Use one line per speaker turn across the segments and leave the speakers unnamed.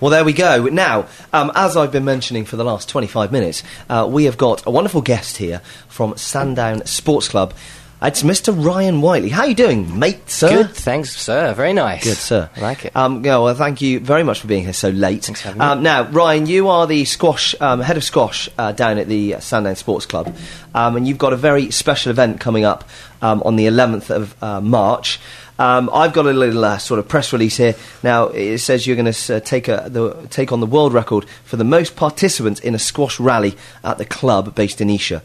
Well, there we go. Now, um, as I've been mentioning for the last 25 minutes, uh, we have got a wonderful guest here from Sandown Sports Club. It's Mr. Ryan Whiteley. How you doing, mate, sir?
Good, thanks, sir. Very nice.
Good, sir.
I like it.
Um, yeah, well, thank you very much for being here so late.
Thanks for having me.
um, Now, Ryan, you are the squash um, head of squash uh, down at the uh, Sandown Sports Club, um, and you've got a very special event coming up um, on the 11th of uh, March. Um, I've got a little uh, sort of press release here. Now it says you're going to uh, take a, the, take on the world record for the most participants in a squash rally at the club based in Esher.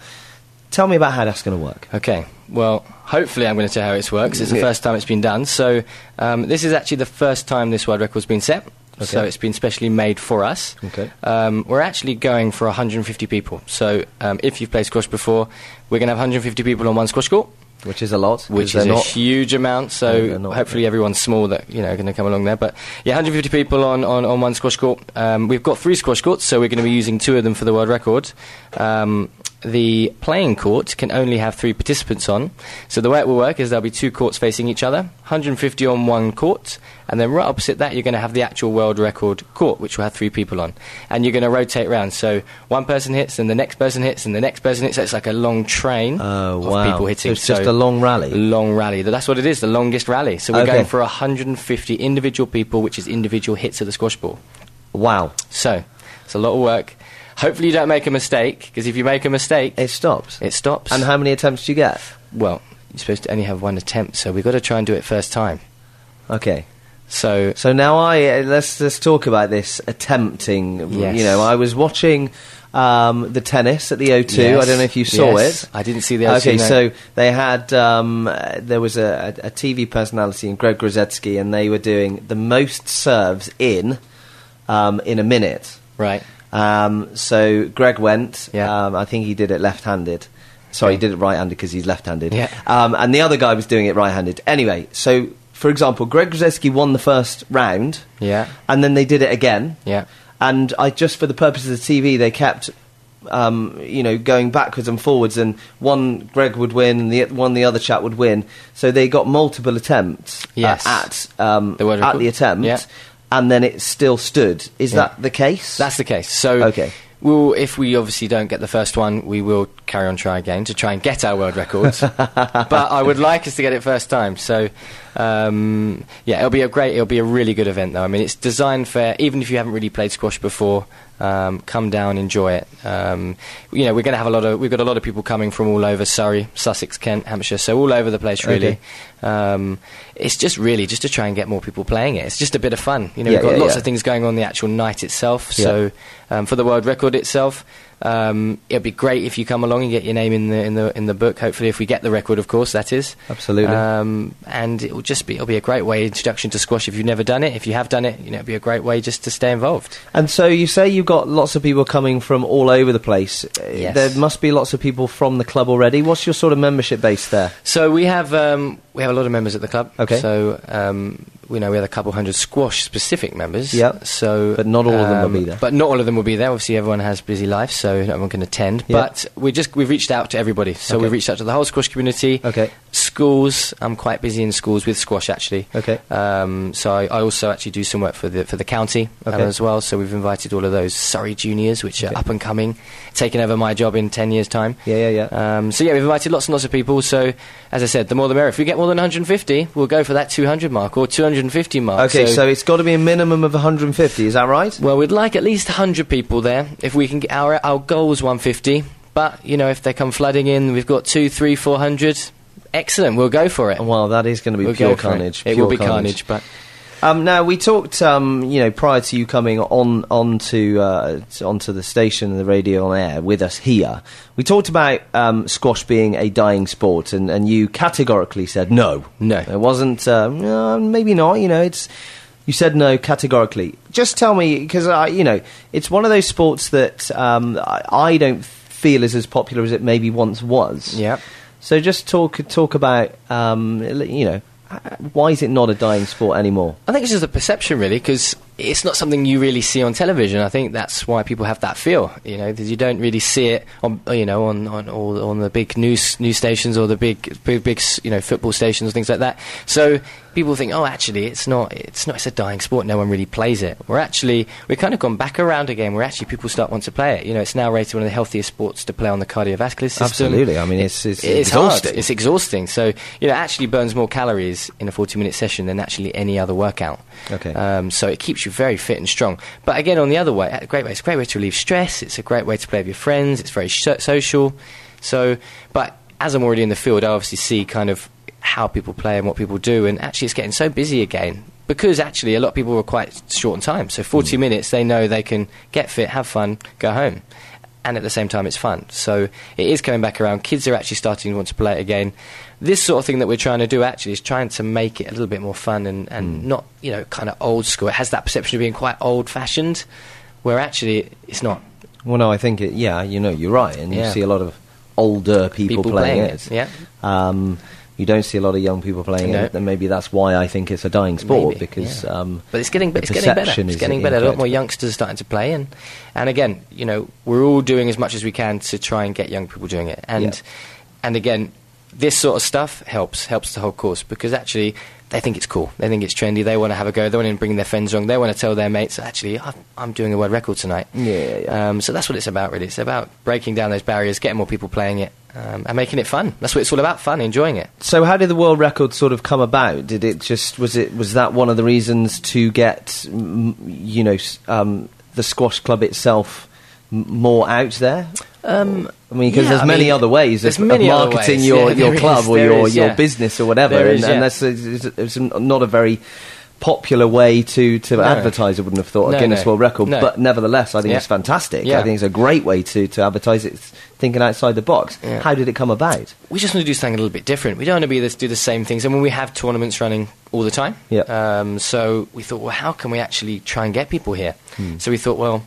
Tell me about how that's going to work.
Okay. Well, hopefully I'm going to tell how it works. It's the
Yeah.
first time it's been done. So um, this is actually the first time this world record's been set. So
Okay.
it's been specially made for us.
Okay.
Um, we're actually going for 150 people. So um, if you've played squash before, we're going to have 150 people on one squash court,
Which is a lot. 'cause
which
they're
is a
not-
huge amount.
Yeah,
So
they're not-
hopefully everyone's small that you know are going to come along there. But yeah, 150 people on, on, on one squash court. Um, we've got three squash courts, so we're going to be using two of them for the world record. Um, the playing court can only have three participants on. So the way it will work is there'll be two courts facing each other, 150 on one court, and then right opposite that you're going to have the actual world record court, which will have three people on, and you're going to rotate round. So one person hits, and the next person hits, and the next person hits. So it's like a long train
Oh,
of
wow.
people hitting.
So it's just a long rally?
Long rally. Th- That's what it is, the longest rally. So we're
Okay.
going for 150 individual people, which is individual hits of the squash ball.
Wow.
So it's a lot of work. Hopefully you don't make a mistake, because if you make a mistake,
It stops.
it stops.
And how many attempts do you get?
well, you're supposed to only have one attempt, so we've got to try and do it first time.
Okay.
So
So now I uh, let's let's talk about this attempting.
Yes.
You know, I was watching um, the tennis at the O2. I
Yes,
don't know if you saw
yes.
it.
I didn't see the O2,
Okay,
no.
so they had um, uh, there was a, a, a TV personality and Greg Grozetsky, and they were doing the most serves in um, in a minute.
Right.
Um, so Greg went.
Yeah.
Um, I think he did it left-handed. Sorry, he
Okay.
did it right-handed because he's left-handed.
Yeah.
Um, and the other guy was doing it right-handed. Anyway, so for example, Greg Grzeski won the first round.
Yeah.
And then they did it again.
Yeah.
And I just for the purpose of the TV, they kept. Um, you know, going backwards and forwards, and one Greg would win, and the one the other chap would win. So they got multiple attempts uh,
Yes.
at um,
The world
at
record.
the attempt,
Yeah.
and then it still stood. Is
Yeah.
that the case?
That's the case. So
Okay.
We'll, if we obviously don't get the first one, we will carry on try again to try and get our world records. but I would like us to get it first time. So um, yeah, it'll be a great, it'll be a really good event though. I mean, it's designed for even if you haven't really played squash before, um, come down, enjoy it. Um, you know, we're going to have a lot of we've got a lot of people coming from all over Surrey, Sussex, Kent, Hampshire, so all over the place really. Um, it's just really just to try and get more people playing it. It's just a bit of fun. You know,
Yeah,
we've got
yeah,
lots
yeah.
of things going on the actual night itself.
Yeah.
So um, for the world record itself. Um, it'd be great if you come along and get your name in the in the in the book. Hopefully, if we get the record, of course, that is
Absolutely.
Um, and it will just be it'll be a great way introduction to squash if you've never done it. If you have done it, you know it'd be a great way just to stay involved.
And so you say you've got lots of people coming from all over the place. Uh,
Yes.
There must be lots of people from the club already. What's your sort of membership base there?
So we have um, we have a lot of members at the club.
Okay.
So um, we know we have a couple hundred squash specific members.
Yep.
So um,
But not all of them will be there.
But not all of them will be there. Obviously, everyone has busy lives, so not everyone can attend.
Yeah.
But we just we've reached out to everybody. So
Okay.
we've reached out to the whole squash community.
Okay.
Schools. I'm quite busy in schools with squash actually.
Okay.
Um, so I, I also actually do some work for the for the county um,
Okay.
as well. So we've invited all of those Surrey juniors, which
Okay.
are up and coming, taking over my job in ten years' time.
Yeah, yeah, yeah.
Um, so yeah, we've invited lots and lots of people. So as I said, the more the merrier. If we get more than 150, we'll go for that 200 mark or 250 mark.
Okay, so, it's got to be a minimum of 150. Is that right?
well, we'd like at least 100 people there. If we can get our our goal is 150, but you know if they come flooding in, we've got two, three, four hundred. Excellent, we'll go for it.
Well, that is going to be
We'll go
pure
for it.
carnage.
It,
pure
will be carnage, but
Um, now we talked, um, you know, prior to you coming on onto uh, t- onto the station and the radio on air with us here. We talked about um, squash being a dying sport, and, and you categorically said no,
No.
It wasn't. Um, "No, maybe not. You know, it's. You said no categorically. Just tell me because I, you know, it's one of those sports that um, I, I don't feel is as popular as it maybe once was.
Yep.
So just talk talk about um, you know uh, why is it not a dying sport anymore?
I think it's just a perception, really, because it's not something you really see on television. I think that's why people have that feel. You know, 'cause you don't really see it on you know on on all on the big news news stations or the big big big s- you know football stations things like that. So people think, oh, actually, it's not it's not it's a dying sport. No one really plays it. We're actually we've kind of gone back around again. Where actually people start want to play it. You know, it's now rated one of the healthiest sports to play on the cardiovascular system.
Absolutely. I mean, it's- it's exhausting.
hard. um, It's exhausting. So you know, it actually burns more calories in a forty-minute session than actually any other workout.
Okay.
Um, so it keeps you very fit and strong. But again, on the other way, a great way. It's a great way to relieve stress. It's a great way to play with your friends. It's very so- social. So, but as I'm already in the field, I obviously see kind of how people play and what people do. And actually, it's getting so busy again because actually a lot of people were quite short on time. So
Hmm.
40 minutes, they know they can get fit, have fun, go home. And at the same time, it's fun. So it is coming back around. Kids are actually starting to want to play it again. This sort of thing that we're trying to do actually is trying to make it a little bit more fun and, and not, you know, kind of old school. It has that perception of being quite old fashioned, where actually it's not.
Well, no, I think it, yeah, you know, you're right, and
Yeah.
you see a lot of older people,
People
playing,
playing
it.
it, yeah.
Um, you don't see a lot of young people playing
No.
it, and maybe that's why I think it's a dying sport
Maybe,
because.
yeah.
Um,
but it's getting
the
it's getting better.
perception
It's
is
getting better. A lot more
incorrect.
youngsters are starting to play, and and again, you know, we're all doing as much as we can to try and get young people doing it. And and again, this sort of stuff helps helps the whole cause because actually they think it's cool. They think it's trendy. They want to have a go. They want to bring their friends along. They want to tell their mates, actually, I'm, I'm doing a world record tonight.
Yeah, yeah, yeah.
Um, so that's what it's about, really. It's about breaking down those barriers, getting more people playing it, um, and making it fun. That's what it's all about: fun, enjoying it.
So, how did the world record sort of come about? Did it just was it was that one of the reasons to get mm, you know s- um, the squash club itself m- more out there? Um, I mean, because
yeah,
there's
I
many
mean,
other ways
there's
of, of
many other
marketing
ways.
your,
Yeah,
your
there
club
is,
or
there
your,
is,
your
yeah.
business or whatever,
There
and,
is,
and
yeah.
that's it's, it's not a very popular way to, to advertise. I wouldn't have thought a
No,
Guinness
no.
World Record,
No.
but nevertheless, I think
Yeah.
it's fantastic. I
Yeah.
think it's a great way to, to advertise it, thinking outside the box.
Yeah.
How did it come about?
we just want to do something a little bit different. We don't want to be this, do the same things. I mean, we have tournaments running all the time.
Yeah.
Um, so we thought, well, how can we actually try and get people here? So we thought, well,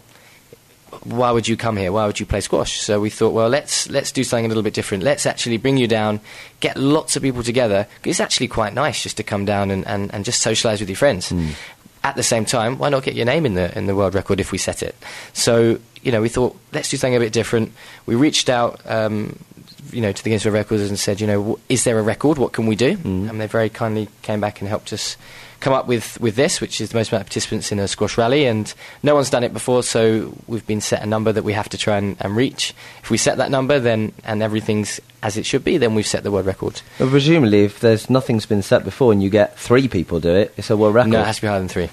why would you come here? Why would you play squash? So we thought, well, let's let's do something a little bit different. Let's actually bring you down, get lots of people together. It's actually quite nice just to come down and, and, and just socialise with your friends. At the same time, why not get your name in the in the world record if we set it? So you know, we thought let's do something a bit different. We reached out. Um, you know, to the Guinness World Records and said, you know, wh- is there a record? What can we do?
Mm-hmm.
And they very kindly came back and helped us come up with, with this, which is the most amount of participants in a squash rally. And no one's done it before, so we've been set a number that we have to try and, and reach. If we set that number, then and everything's as it should be, then we've set the world record.
Well, presumably, if there's nothing's been set before and you get three people do it, it's a world record.
No, it has to be higher than three.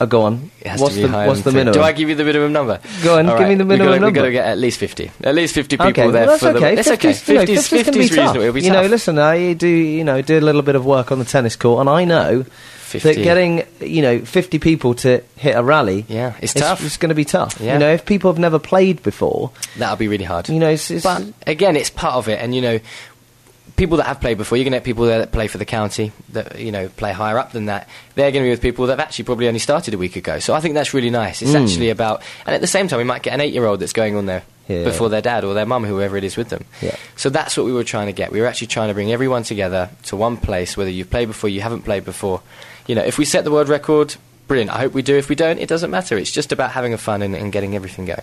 oh, go on.
It has
what's
to be
the,
higher
what's
than
the
three.
minimum?
Do I give you the minimum number?
Go on, give me the minimum
we've gotta, We've got
number.
to get at least 50. At least 50 people
Okay,
there
well, that's
for
okay.
the. It's okay.
50's, you know,
50's,
50's gonna be
50's reasonable.
tough.
It'll be
you know,
tough.
listen, I do you know do a little bit of work on the tennis court, and I know
50.
that getting you know 50 people to hit a rally,
Yeah, it's tough.
It's going to be tough.
Yeah.
You know, if people have never played before,
That'll be really hard.
you know, it's, it's
But again, it's part of it, and you know, people that have played before, you're going to get people there that play for the county that you know play higher up than that. They're going to be with people that have actually probably only started a week ago. So I think that's really nice.
Hmm.
It's actually about, and at the same time, we might get an eight-year-old that's going on there.
Yeah.
Before their dad or their mum, whoever it is with them.
Yeah.
So that's what we were trying to get. We were actually trying to bring everyone together to one place, whether you've played before, you haven't played before. You know, if we set the world record, brilliant. I hope we do. If we don't, it doesn't matter. It's just about having a fun and, and getting everything going.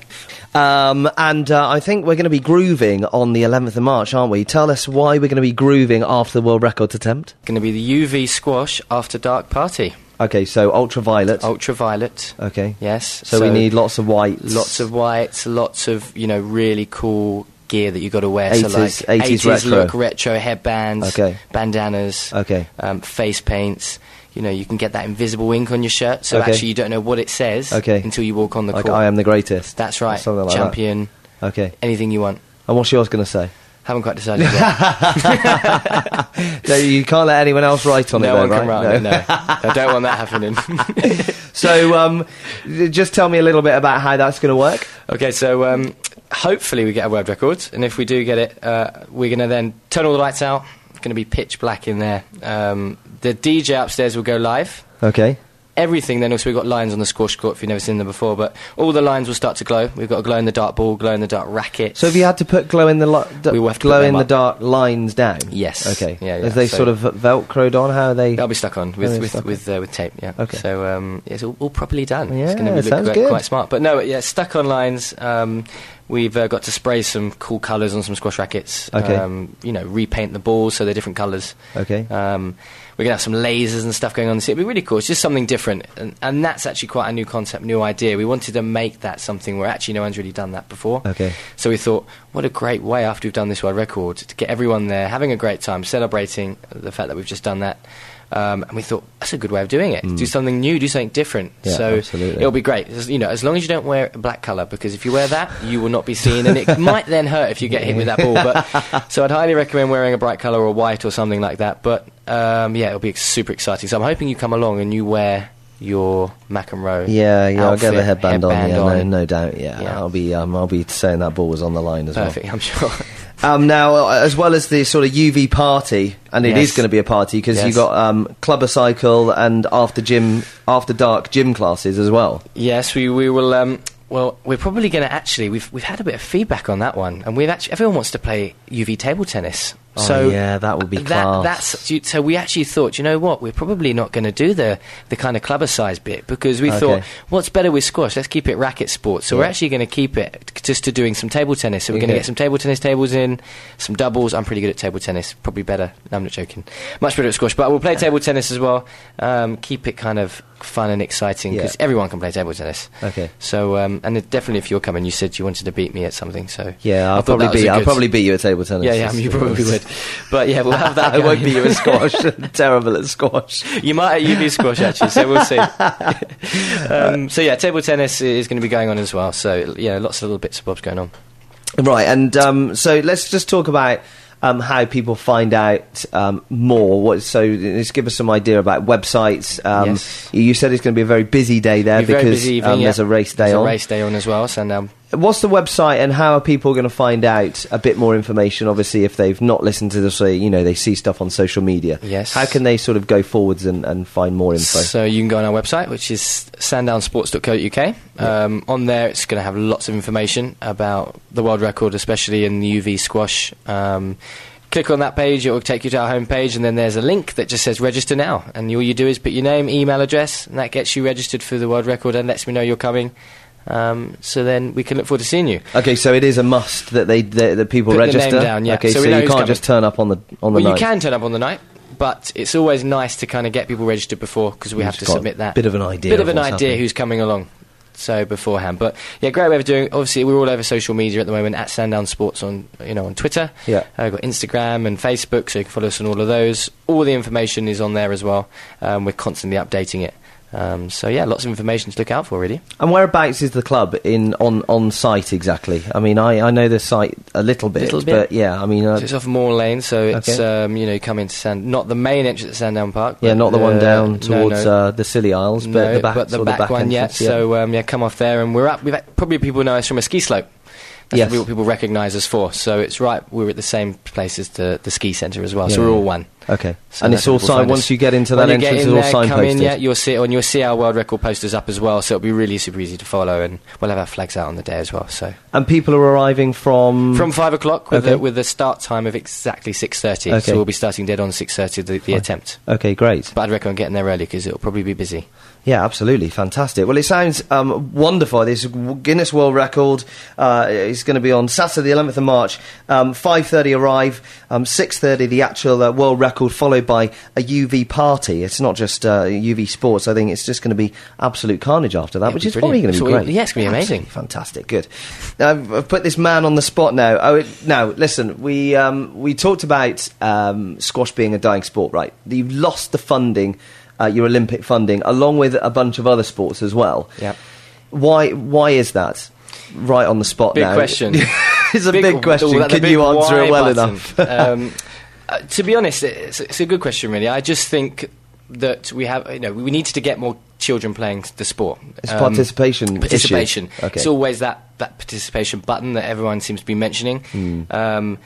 Um, and uh, I think we're going to be grooving on the 11th of March, aren't we? Tell us why we're going to be grooving after the world records attempt.
Going to be the UV squash after dark party.
Okay, so ultraviolet.
Ultraviolet.
Okay.
Yes.
So, we need lots of white,
lots of whites, lots of you know really cool gear that you got to wear. so
80s
like
80s retro.
look, retro headbands,
Okay.
bandanas,
Okay.
um, face paints. You know, you can get that invisible ink on your shirt, so
Okay.
actually you don't know what it says
Okay.
until you walk on the
like
court.
I am the greatest.
That's
or
right,
something like that.
champion.
Okay.
Anything you want.
And what's yours going to say?
Haven't quite decided yet.
No, you can't let anyone else write on it.
no
though,
one can
right?
write it, No, I don't want that happening.
So um, just tell me a little bit about how that's going to work.
Okay, so um, hopefully we get a world record, and if we do get it, uh, we're going to then turn all the lights out. It's going to be pitch black in there. Um, the DJ upstairs will go live.
Okay.
everything. Then also we've got lines on the squash court if you've never seen them before. But all the lines will start to glow. We've got a glow in the dark ball, glow in the dark racket.
So have you had to put glow in the li- d-
We will have to put
glow
them
in the dark
up.
lines down?
Yes.
Okay.
Yeah, yeah,
Are they
so-
sort of velcroed on? How are they?
They'll be stuck on
They'll
with
be
with
stuck on.
with, uh, with tape. Yeah.
Okay.
So um, it's all, all properly done. it's going
Yeah,
to be look
sounds
quite,
good.
quite smart. But no, yeah, stuck on lines. Um, we've uh, got to spray some cool colours on some squash rackets.
Okay.
Um, you know, repaint the balls so they're different colours.
Okay.
Um, we're going to have some lasers and stuff going on. So it'd be really cool. It's just something different. And, and that's actually quite a new concept, new idea. We wanted to make that something where actually no one's really done that before.
Okay.
So we thought, what a great way after we've done this world record to get everyone there having a great time, celebrating the fact that we've just done that. Um, and we thought that's a good way of doing it. Do something new, do something different.
Mm. Yeah,
so
absolutely.
it'll be great. As- You know, as long as you don't wear a black color, because if you wear that, you will not be seen, and it might then hurt if you get hit with that ball. But so I'd highly recommend wearing a bright color or white or something like that. But um, yeah, it'll be super exciting. So I'm hoping you come along and you wear your Mac and Row.
Yeah, yeah. I'll get the
outfit,
headband, on.
headband
Yeah,
on.
No, no doubt. Yeah.
Yeah.
I'll be. Um, I'll be saying that ball was on the line as well.
Perfect, I'm sure.
Um, now, uh, as well as the sort of UV party, and it is
Yes.
going to be a party because
Yes.
you've got um, club cycle and after gym, after dark gym classes as well.
Yes, we, we will. Um, well, we're probably going to actually. We've we've had a bit of feedback on that one, and we've actually everyone wants to play UV table tennis.
Oh,
so
yeah, that would be
that,
class.
That's you- so. We actually thought, you know what, we're probably not going to do the the kind of clubber size bit because we
Okay.
thought, what's better with squash? Let's keep it racket sports. So we're
Yeah.
actually going to keep it t- just to doing some table tennis. So we're going to
Okay.
get some table tennis tables in, some doubles. I'm pretty good at table tennis. Probably better. No, I'm not joking. Much better at squash, but we'll play table tennis as well. Um, keep it kind of fun and exciting
Yeah.
because everyone can play table tennis.
Okay.
So, um, and it- definitely if you're coming, you said you wanted to beat me at something, so.
Yeah, I'll
I thought that
probably
was
be.
a
I'll
good-
probably beat you at table tennis.
Yeah, yeah, I mean, you probably would. But yeah, we'll have that.
I won't beat you
going.
at squash. Terrible at squash.
You might at UB squash actually, so we'll see. um, so yeah, table tennis is going to be going on as well. So yeah, lots of little bits and bobs going on.
Right, and um, so let's just talk about um, how people find out um, more. What, so just give us some idea about websites. Um,
Yes.
You said it's going to be a very busy day there
Be very
because
busy evening,
um,
yeah.
there's a race day
There's
on.
A race day on as well. So um,
What's the website, and how are people going to find out a bit more information? Obviously, if they've not listened to this, or, you know, they see stuff on social media.
Yes.
How can they sort of go forwards and, and find more info?
So you can go on our website, which is sandownsports.co.uk. Um, on there, it's going to have lots of information about the world record, especially in the UV squash. Um, click on that page, it will take you to our homepage, and then there's a link that just says register now. And all you do is put your name, email address, and that gets you registered for the world record and lets me know you're coming. Um, so then we can look forward to seeing you.
Okay, so it is a must that they that, that people
Put their name
register.
down, yeah,
Okay,
so
so,
we
you
know
can't
who's
just turn up on the on the
well,
night.
you can turn up on the night, but it's always nice to kind of get people registered before because we
You've
have to
just got a
submit that.
bit of an idea
Bit of
of
an
what's
idea
happening.
who's coming along. So beforehand, but yeah, great way of doing. Obviously, we're all over social media at the moment at Sandown Sports on you know on Twitter.
Yeah.
uh, we've got Instagram and Facebook, so you can follow us on all of those. All the information is on there as well. Um, we're constantly updating it. Um, so yeah, lots of information to look out for really.
And whereabouts is the club in on on site exactly? I mean, I, I know the site a little bit,
Little bit.
but yeah, I mean, uh,
So it's off Moor Lane, so it's
Okay.
um, you know you come into Sand, not the main entrance at Sandown Park.
yeah,
but
not the one
the- no,
down towards
no.
uh, the Silly Isles, but the back,
but the
sort of
back, one yet.
entrance, yeah.
So um, yeah, come off there, and we're up. We've had- probably people know us from a ski slope. That's
Yes.
probably what people recognise us for. So it's right. We're at the same place as the, the ski centre as well.
Yeah,
so we're
yeah.
all one.
okay,
So
and
that's
it's
where
all
people
sign.
find us.
Once you get into
When
that
you get
entrance,
in
it's all
there, come in,
signposted.
yeah, you'll see it, and you'll see our world record posters up as well. So it'll be really super easy to follow, and we'll have our flags out on the day as well. So
And people are arriving from
from five o'clock with
Mm. Okay.
a, with a start time of exactly six thirty.
Okay.
So we'll be starting dead on six thirty. The, the attempt.
Okay, great.
But I'd recommend getting there early because it'll probably be busy.
Yeah, absolutely, fantastic. Well, it sounds um, wonderful. This Guinness World Record uh, is going to be on Saturday, the eleventh of March, um, five thirty arrive, um, six thirty the actual uh, world record, followed by a UV party. It's not just uh, UV sports. I think it's just going to be absolute carnage after that,
It'll
which
be
is probably going
brilliant.
to be
So we-
great.
yeah, it's gonna be amazing.
Absolutely fantastic. Good. Now, I've, I've put this man on the spot now. Oh, it, now listen, we um, we talked about um, squash being a dying sport, right? You've lost the funding uh, your Olympic funding, along with a bunch of other sports as well.
Yep.
Why? Why is that? Right on the spot.
Big
now.
question.
it's a big, question.
oh, that's a
Can you
big
answer
why
it well
button.
enough?
um, uh, to be honest, it's, it's a good question, really. I just think that we have, you know, we needed to get more children playing the sport. Um,
It's participation issue.
Participation.
Okay. Hmm.
It's always that, that participation button that everyone seems to be mentioning. Um,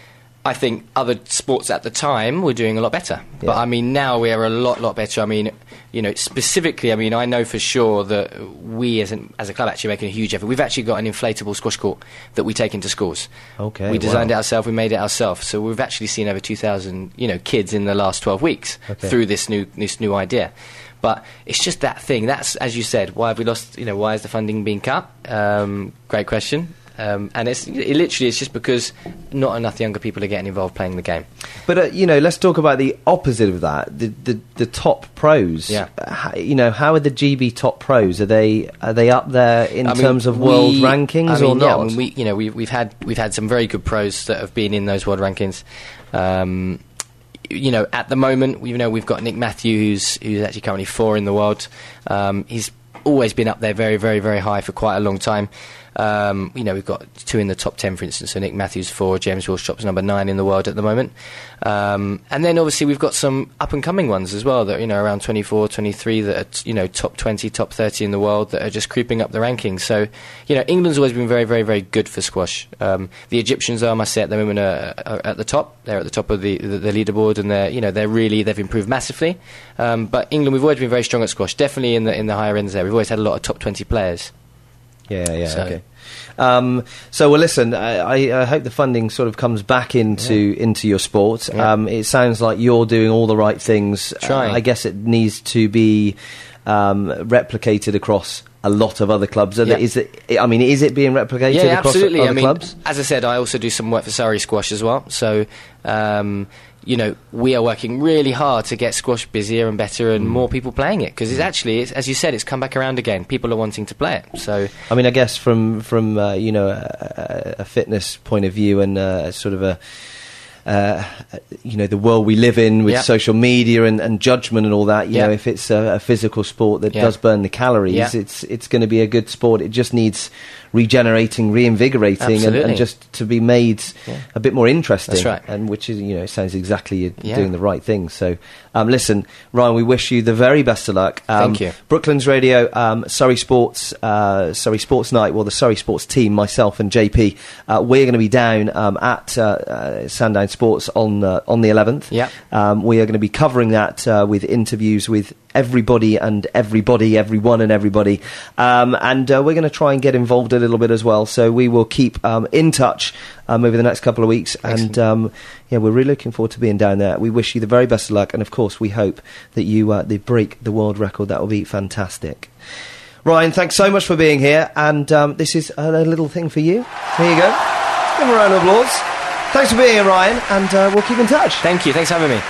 I think other sports at the time were doing a lot better. But
Yeah.
I mean, now we are a lot, lot better. I mean, you know, specifically, I mean, I know for sure that we as, an, as a club actually making a huge effort. We've actually got an inflatable squash court that we take into schools.
Okay,
We designed
wow.
it ourselves, we made it ourselves. So we've actually seen over 2,000, you know, kids in the last 12 weeks
Okay.
through this new, this new idea. But it's just that thing. That's, as you said, why have we lost, you know, why is the funding being cut? Um, great question. Um, and it's it literally it's just because not enough younger people are getting involved playing the game.
But uh, you know, let's talk about the opposite of that. The the, the top pros.
Yeah.
Uh, how- you know, how are the GB top pros? Are they are they up there in
I mean,
terms of world
we-
rankings
I mean,
or not?
Yeah, I mean, we, you know, we've, we've had we've had some very good pros that have been in those world rankings. Um, you know, at the moment, you know, we've got Nick Matthew, who's who's actually currently four in the world. Um, he's always been up there, very, very, very high for quite a long time. Um, you know, we've got two in the top ten, for instance. So Nick Matthews four, James Wilshop's number nine in the world at the moment. Um, and then obviously we've got some up and coming ones as well that you know around 24, 23 that are t- you know top 20, top 30 in the world that are just creeping up the rankings. So you know England's always been very, very, very good for squash. Um, the Egyptians are, I must say, at the moment are, are uh, at the top. They're at the top of the, the, the leaderboard, and they're you know they're really they've improved massively. Um, but England, we've always been very strong at squash, definitely in the in the higher ends there. We've always had a lot of top 20 players.
Yeah, yeah,
So-
okay. Um, so, well, listen. I, I, I hope the funding sort of comes back into into your sport.
Yeah.
Um, it sounds like you're doing all the right things. Uh,
Trying.
I guess it needs to be um, replicated across a lot of other clubs. Are there-
Yeah.
is it? I mean, is it being replicated
yeah,
across
absolutely.
other
I mean,
clubs?
As I said, I also do some work for Surrey Squash as well. So, um, you know, we are working really hard to get squash busier and better
Mm.
and more people playing it because it's actually, it's, as you said, it's come back around again. People are wanting to play it. So,
I mean, I guess from from uh, you know a, a a fitness point of view and uh, sort of a. Uh, you know the world we live in with
Yeah.
social media and, and judgment and all that. You
Yeah.
know, if it's a, a physical sport that
Yeah.
does burn the calories,
Yeah.
it's it's going to be a good sport. It just needs regenerating, reinvigorating, and, and
Absolutely.
just to be made
Yeah.
a bit more interesting.
That's right.
And which is you know it sounds exactly you're
Yeah.
doing the right thing. So um, listen, Ryan, we wish you the very best of luck. Um,
Thank you.
Brooklyn's Radio, um, Surrey Sports, uh, Surrey Sports Night. Well, the Surrey Sports team, myself and JP, uh, we're going to be down um, at uh, uh, Sandown Sports on uh, on the 11th.
Yeah.
um, we are going to be covering that uh, with interviews with everybody and everybody, everyone and everybody, um, and uh, we're going to try and get involved a little bit as well. So we will keep um, in touch um, over the next couple of weeks, and
Excellent.
um, yeah, we're really looking forward to being down there. We wish you the very best of luck, and of course, we hope that you uh, they break the world record. That will be fantastic. Ryan, thanks so much for being here, and um, this is a little thing for you. Here you go. Give him a round of applause. Thanks for being here, Ryan, and uh, we'll keep in touch.
thank you. Thanks for having me.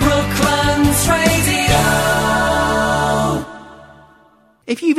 Brooklyn's Radio.
If you've